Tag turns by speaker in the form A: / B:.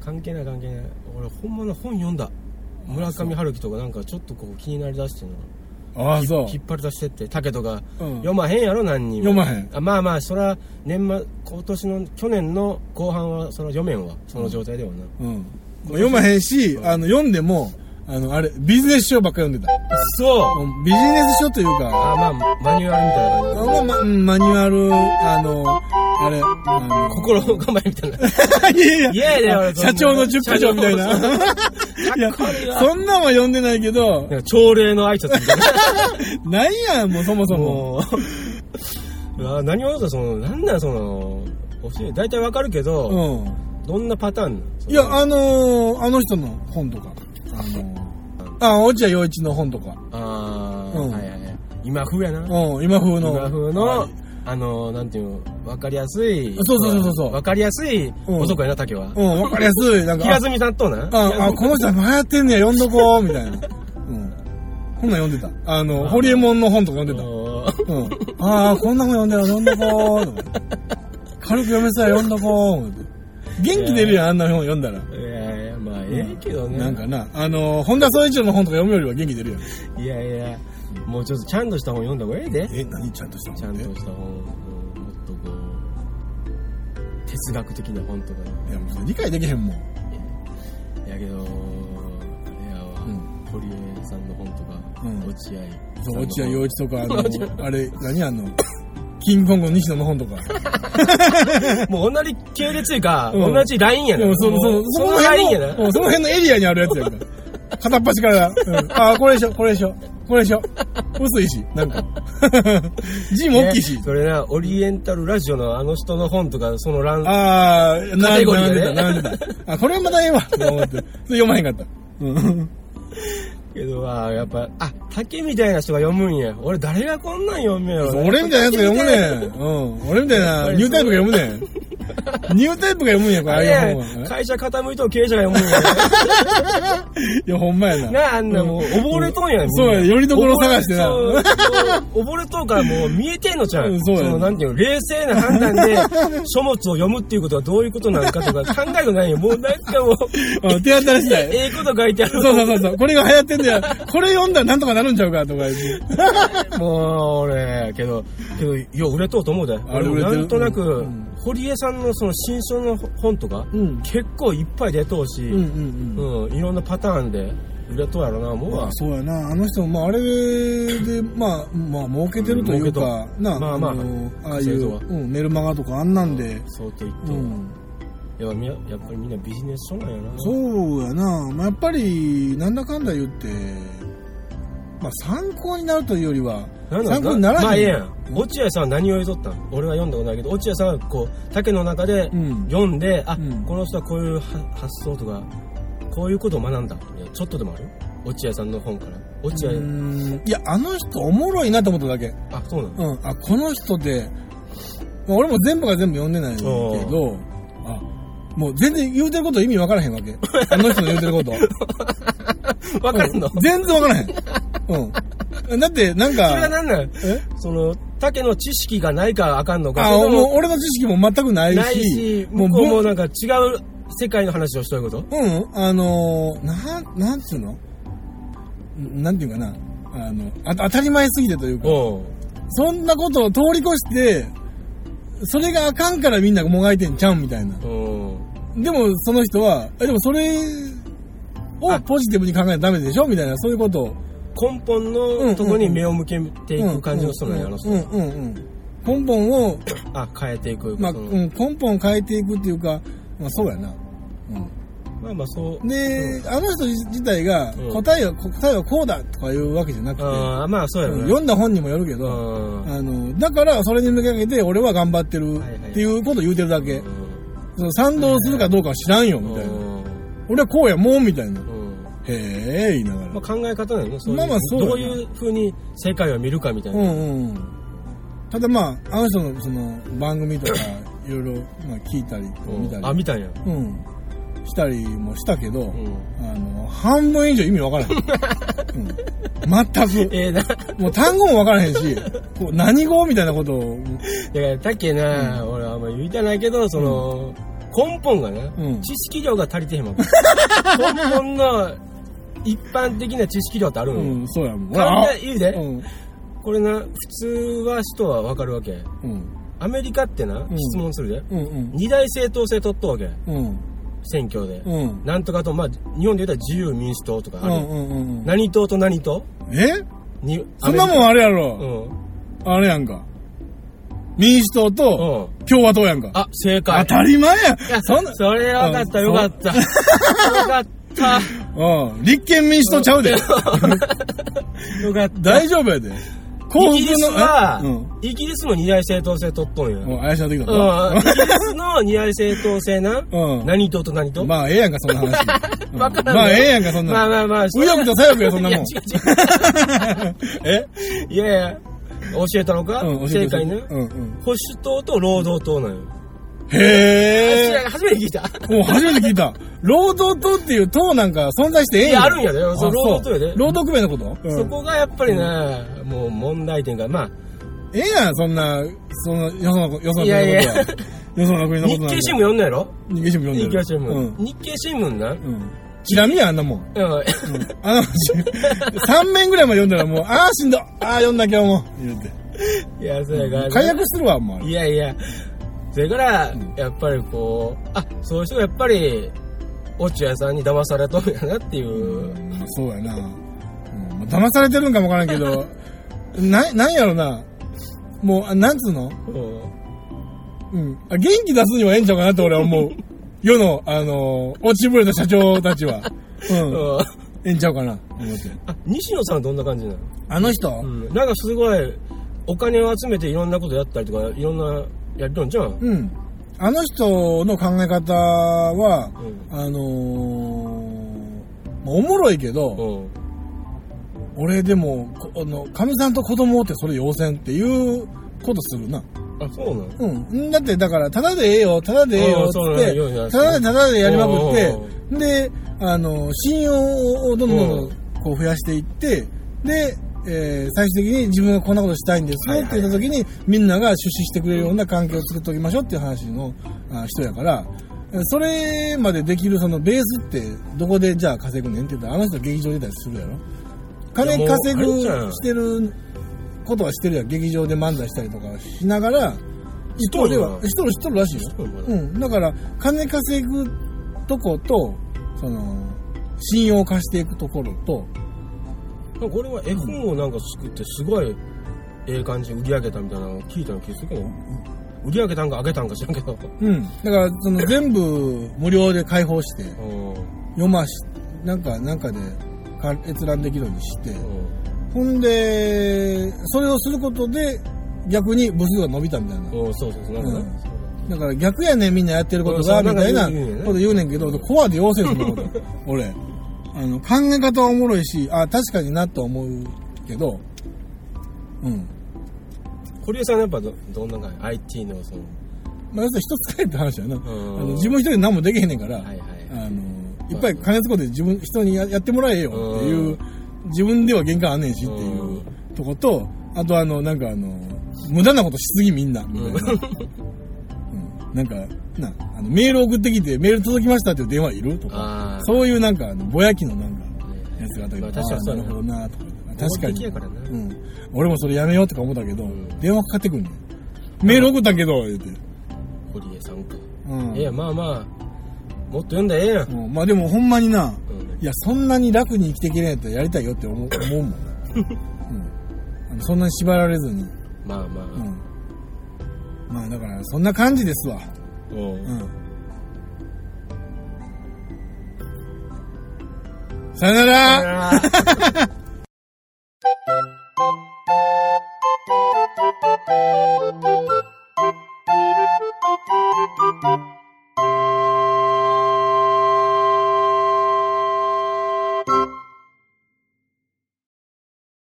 A: 関係ない関係ない俺ほんまの本読んだ村上春樹とかなんかちょっとこう気になりだしてな
B: ああそう
A: 引っ張り出してって竹とか、
B: うん
A: 読まへんやろ何人も
B: 読まへん
A: あまあまあそら年末今年の去年の後半はその読めんわその状態ではな、
B: うん、読まへんし、あの、読んでも、あの、あれ、ビジネス書ばっかり読んでた。
A: そう
B: うんビジネス書というか、
A: あまあマニュアルみたいな
B: あ
A: 感
B: まあまうんマニュアル、あの、あれ、あ
A: じ心の構えみたいな
B: の、 いやい
A: 嫌やで俺
B: 社長の10箇条みたいな。
A: 社長
B: いや
A: かっこいいわ、
B: そんなんは読んでないけど、
A: なんか朝礼の挨拶みたいな
B: ないやん、もうそもそも。
A: もうあ何を言うかそのなんなんその教え大体わかるけど、
B: うん。
A: どんなパターンなん
B: いや、あのー、あの人の本とか。あのー、あ、落合陽一の本とか。
A: ああ、
B: うん
A: はいはいはい今風やな、
B: うん、今風の。
A: 今風の、
B: はい
A: あのなんていうのわかりやすい
B: そうそうそうそうそう
A: わかりやすい
B: うん
A: 男やな竹は、
B: うん、わかりやすい。なんか、
A: 平積さんとな
B: あ、あ、この人は流行ってんねや、読んどこう、みたいな。うん。こんなん読んでた。あの、ホリエモンの本とか読んでた。
A: のー
B: うん。ああ、こんな本読んでたら読んどこうとか。軽く読めそうや、読んどこう。思って元気出るやん、あんな本読んだら。
A: いやいやまあええけどね、
B: なんかな、あの、本田宗一郎の本とか読むよりは元気出るやん。
A: いやいやもうちょっとちゃんとした本読んだ方がええで
B: え、何ちゃんとした
A: ちゃ
B: 本
A: ん
B: って
A: とした本もっとこう哲学的な本とか
B: いや、もう理解できへんもん。
A: やけどあれやわ、
B: うん
A: 堀江さんの本とか、
B: うん
A: 落合
B: そう、落合陽一とか、あ
A: 落
B: の、あれ、何あの、キングコング西野の本とか。
A: もう同じ系列いうか、
B: うん
A: 同じラインや
B: で
A: な
B: もその、そ
A: も
B: の
A: う、
B: そ
A: その
B: の
A: ラインや
B: 辺
A: な
B: の、うんその辺のエリアにあるやつやんか。片っ端から、 うん、ああ、これでしょ、これでしょ、これでしょ。薄いし、なんか。 字も大きいし
A: ね。それな、オリエンタルラジオのあの人の本とか、その欄、
B: ああ、
A: カ
B: な
A: テ
B: ん
A: ゴリ
B: 並
A: ー
B: んで
A: が
B: た、
A: ね
B: 並んでた。あ、これはまたええわ、と思って。それ読まへんかった。うん。
A: けどは、やっぱ、あ、竹みたいな人が読むんや。俺、誰がこんなん読むんやろ。
B: 俺みたいなやつが読むねん。うん。俺みたいなニュータイプが読むねん。ニュータイプが読むんや、これ、あ
A: あ
B: あ
A: れ
B: いう
A: や
B: 本は。
A: 会社傾いと経営者が読むんや。
B: いや、ほんまやな。
A: なあ、あんなもう、溺れとんやん。
B: そうや、よりどころ探してな。
A: 溺れそう溺れとうからもう見えてんのちゃ
B: う
A: うん
B: そうやね
A: のなんていうの、冷静な判断で 書物を読むっていうことはどういうことなのかとか考えたくないよ。もうなんかもう、
B: うん、手当たり次第。
A: ええこと書いてある。
B: そうそうそうそう。これが流行ってんだよ。これ読んだらなんとかなるんちゃうかとか言って。
A: もう、俺、けど、けど、いや、売れとうと思うで。
B: あれ売れ
A: な
B: てる
A: んとなく、
B: うん
A: 堀江さんのその新書の本とか、
B: うん
A: 結構いっぱい出とうし、
B: うん
A: う
B: うんう
A: ん、
B: ん。
A: いろんなパターンで売れとうやろな、もう
B: ま
A: わ
B: あ、。そうやな。あの人も、まあ、あれで、まあ、まあ、儲けてるという
A: 儲
B: か、な、
A: まあまあ
B: のああい
A: そういう
B: う、
A: のは
B: うん、メルマガとかあんなんで、
A: そうと言って
B: う
A: も、
B: ん。
A: やっぱみやっぱりみんなビジネス書なんやな。
B: そうやな。まあ、やっぱり、なんだかんだ言って、まあ、参考になるというよりは、
A: なんだ
B: 参考にならへん。
A: まあええやん。落合さんは何を言うとったん俺は読んだことないけど、落合さんはこう、竹の中で
B: うん
A: 読んで、あ、
B: うん
A: この人はこういうは発想とか、こういうことを学んだ。いやちょっとでもある落合さんの本から。落合、
B: うんいや、あの人おもろいなと思っただけ。
A: あ、そうなの
B: うん、あこの人で、まあ俺も全部が全部読んでないけど、あもう全然言うてること意味わからへんわけ。あの人の言うて ること。
A: わかるの、
B: うん全然わからへん。うん。だって、なん
A: それは
B: か、
A: 何なん
B: え
A: その、竹の知識がないからあかんのか。
B: あ
A: それと
B: もう
A: も
B: 俺の知識も全くないし、
A: ないし、向
B: もう
A: こう
B: ぼ
A: も
B: ん、
A: なんか違う世界の話をしとること
B: うん、あのー、なん、なんつうのんなんていうかな。あの、あ当たり前すぎてというか、
A: おう
B: そんなことを通り越して、それがあかんからみんながもがいてんちゃうんみたいな。
A: おう
B: でも、その人は、えでもそれを
A: あ
B: ポジティブに考えないとダメでしょみたいな、そういうことを。
A: 根本のとこに目を向けていく感じの人なんや、あ
B: うん
A: の人。
B: うんうんうん。根本を、
A: あ、変えていく。
B: まあ、う
A: その
B: ん、根本を変えていくっていうか、まあそうやな。
A: まあまあそう
B: うん、。で、あの人自体が
A: うん
B: 答えは、答えはこうだとかいうわけじゃなくて、
A: ああ、まあそうやろ
B: うん
A: な。
B: 読んだ本にもよるけ
A: う
B: ど、
A: ん
B: あの、だからそれに向けて俺は頑張って
A: は
B: る
A: いはい
B: っていうことを言うてるだけ。その賛同するかどうかは知らんよ、みたいな。俺はこうやもん、みたいな。
A: うんうん
B: へえ、言いながら
A: まあ。考え方だよね。そういう
B: まあまあそうやな
A: どういうふうに世界を見るかみたいうな。
B: んうん。ただまあ、あの人のその番組とか、いろいろまあ聞いたり、見た
A: あ、
B: り、
A: 見たんや。
B: うん、したりもしたけど、
A: うん
B: あの、半分以上意味わからへん。うん、全
A: ええな。だか
B: く。もう単語もわからへんし、こう何語みたいなことを、
A: ら、たっけな、俺はあんま言いたないけど、その、根本がね、
B: うん
A: 知識量が足りてへん わけ根本の一般的な知識量ってあるのよ、
B: うん、そうやもん。
A: 簡単言うで、
B: うん。
A: これな普通は人はわかるわけ
B: うん。
A: アメリカってな、
B: ん
A: 質問するで
B: うん。
A: 二大政党制取っとうわけ
B: うん。
A: 選挙で、
B: うん。
A: なんとかとまあ日本で言うたら自由民主党とかあ
B: う
A: る、
B: ん。うん。うん。
A: 何党と何党
B: え
A: に
B: そんなもんあれや
A: う
B: ろ。
A: ん、
B: あれやんか。民主党と
A: うん、
B: 共和党やんか。
A: あ正
B: 当
A: 解
B: たり前や
A: いや
B: そんな、
A: それ分かった
B: うん
A: よか ったよかった
B: うん。立憲民主党ちゃうで。
A: よかった
B: 大丈夫やで。幸
A: イギリス
B: 福の、
A: は、
B: うん。
A: イギリスも二大政党制取っとんや、うん、イ
B: もう怪しなってきた
A: ギ
B: ぞ。
A: リスの二大政党制な、
B: うん
A: 何党と何党、
B: まあ、ええやんか、そんな話。う ん
A: わからん
B: まあ、ええやんか、そん
A: まあ
B: な。
A: まあまあ
B: 右翼と左翼 や、そんない
A: や違
B: もん。え
A: う違ういやいや教えたのか、
B: うん、教え
A: 正
B: て
A: 解ね、
B: うん、うん。
A: 保守党と労働党なのよ、
B: へ
A: え
B: え。
A: 初めて聞いた
B: もう初めて聞いた。労働党っていう党なんか存在してええん
A: いやあるんやで
B: あ
A: そう労働党やで
B: そう労働組合のこと、
A: そこがやっぱりね、もう問題点がまあ
B: ええやん、そんな、そんな、よその、よその国のことは。
A: いやいや
B: よその国の
A: 日
B: ことなん
A: 経
B: か
A: 新聞読んだやろ
B: 日経新聞読んで
A: 日
B: る。
A: 経新聞、
B: うん。
A: 日経新聞な、
B: うん。チラ見や、あんなもん。
A: うん、
B: あの、3面ぐらいまで読んだらもう、ああ、しんど。ああ、読んだ今日も。言うて。
A: いやそれが
B: 解約するわ、もうあれ。
A: いやいや、それから、やっぱりこう、あ、そういう人がやっぱり、落合さんに騙されとるんやなっていう。
B: うんそうやな。うん、騙されてるんかもわからんけど、 な、なんやろな。もう、あなんつうの
A: うん
B: うん。あ元気出すにはええんちゃうかなって俺は思 う。世の、あのー落ちぶれた社長たちは。 うん。
A: うん
B: ええんちゃうかな。思って。
A: あ、西野さんはどんな感じなの、
B: あの人
A: うん、なんかすごい、お金を集めていろんなことやったりとか、いろんなやりとんじゃん。
B: うん。あの人の考え方は、
A: う
B: あのーまあおもろいけ
A: う
B: ど、
A: ん。うん。
B: 俺でも、こあの、かみさんと子供ってそれ要請っていうことするな。
A: あ、そうなの
B: うん。だって、だから、ただでええよ、ただでええ
A: う
B: よ
A: ん、そう
B: つっ
A: なのようにな
B: て、
A: る
B: ただでただでやりまくって
A: おうおう、
B: で、あの、信用をどんどんどんど
A: うん
B: こう増やしていって、で、えー最終的に自分がこんなことしたいんです
A: はい
B: よ
A: は
B: っ
A: い
B: て言った時に、みんなが出資してくれるような環境を作っておきましょうっていう話のあ人やから、それまでできるそのベースってどこでじゃあ稼ぐねんって言ったら、あの人劇場出たりするやろ金
A: いやもう
B: 稼
A: あれ
B: ぐ
A: じゃん
B: してることはしてるやん劇場で漫才したりとかしながら
A: し
B: 一
A: と
B: 方
A: る
B: で
A: よな
B: はしとるしとるらしいよ、うん、だから金稼ぐとことその信用を貸していくところと
A: なんか俺は絵本をなんか作って、すごい、ええ感じに売り上げたみたいなのを聞いたの気がするけど、売り上げたんか上げたんか知らんけど。
B: うんだからその全部無料で開放して
A: うん。うん。
B: 読ましなんかなんかでか閲覧できるようにしてほんでそれをすることで逆に部数が伸びたみたいな
A: うん、そうそうそう、なんかね。
B: だから逆やねみんなやってること
A: う
B: が
A: んそう
B: みたいな
A: なんか言う言うよね
B: こと言うねんけどコアで要請すること俺あの考え方はおもろいしあ確かになとは思うけどうん
A: 堀江さんはやっぱどどんな感じ ?IT のその、
B: まあ要するに人使えって話やなあ
A: ん
B: の自分一人で何もできへんねんから、
A: はいはい
B: あのいっぱい金使って自分人にややってもらえよっていうう自分では限界あんねんしっていううんとことあとあのなんかあの無駄なことしすぎみんなみたいな。うんなんか、な、あの、メール送ってきて、メール届きましたっていう電話いると
A: あ
B: か
A: ー、
B: そういうなんか、あのぼやきのなんか、やつがあったけ
A: ま
B: ど、
A: あ確かにそう
B: あー
A: や
B: なる
A: な
B: ほどなとか、確か
A: 合理的
B: に。
A: やからな
B: うん。俺もそれやめようとか思ったけど、
A: ん
B: 電話かかってくんねん。メール送ったけど、言うて。
A: 堀江さんか。
B: うん。
A: いや、まあまあ、もっと読んだらええやん。
B: うんまあでもほんまにな、
A: うん
B: いや、そんなに楽に生きていけないやったらやりたいよって思う思うもん。うんあの。そんなに縛られずに。
A: まあま
B: うん。まあだから、そんな感じですわ。
A: あ。うん
B: うんさよなら
A: あー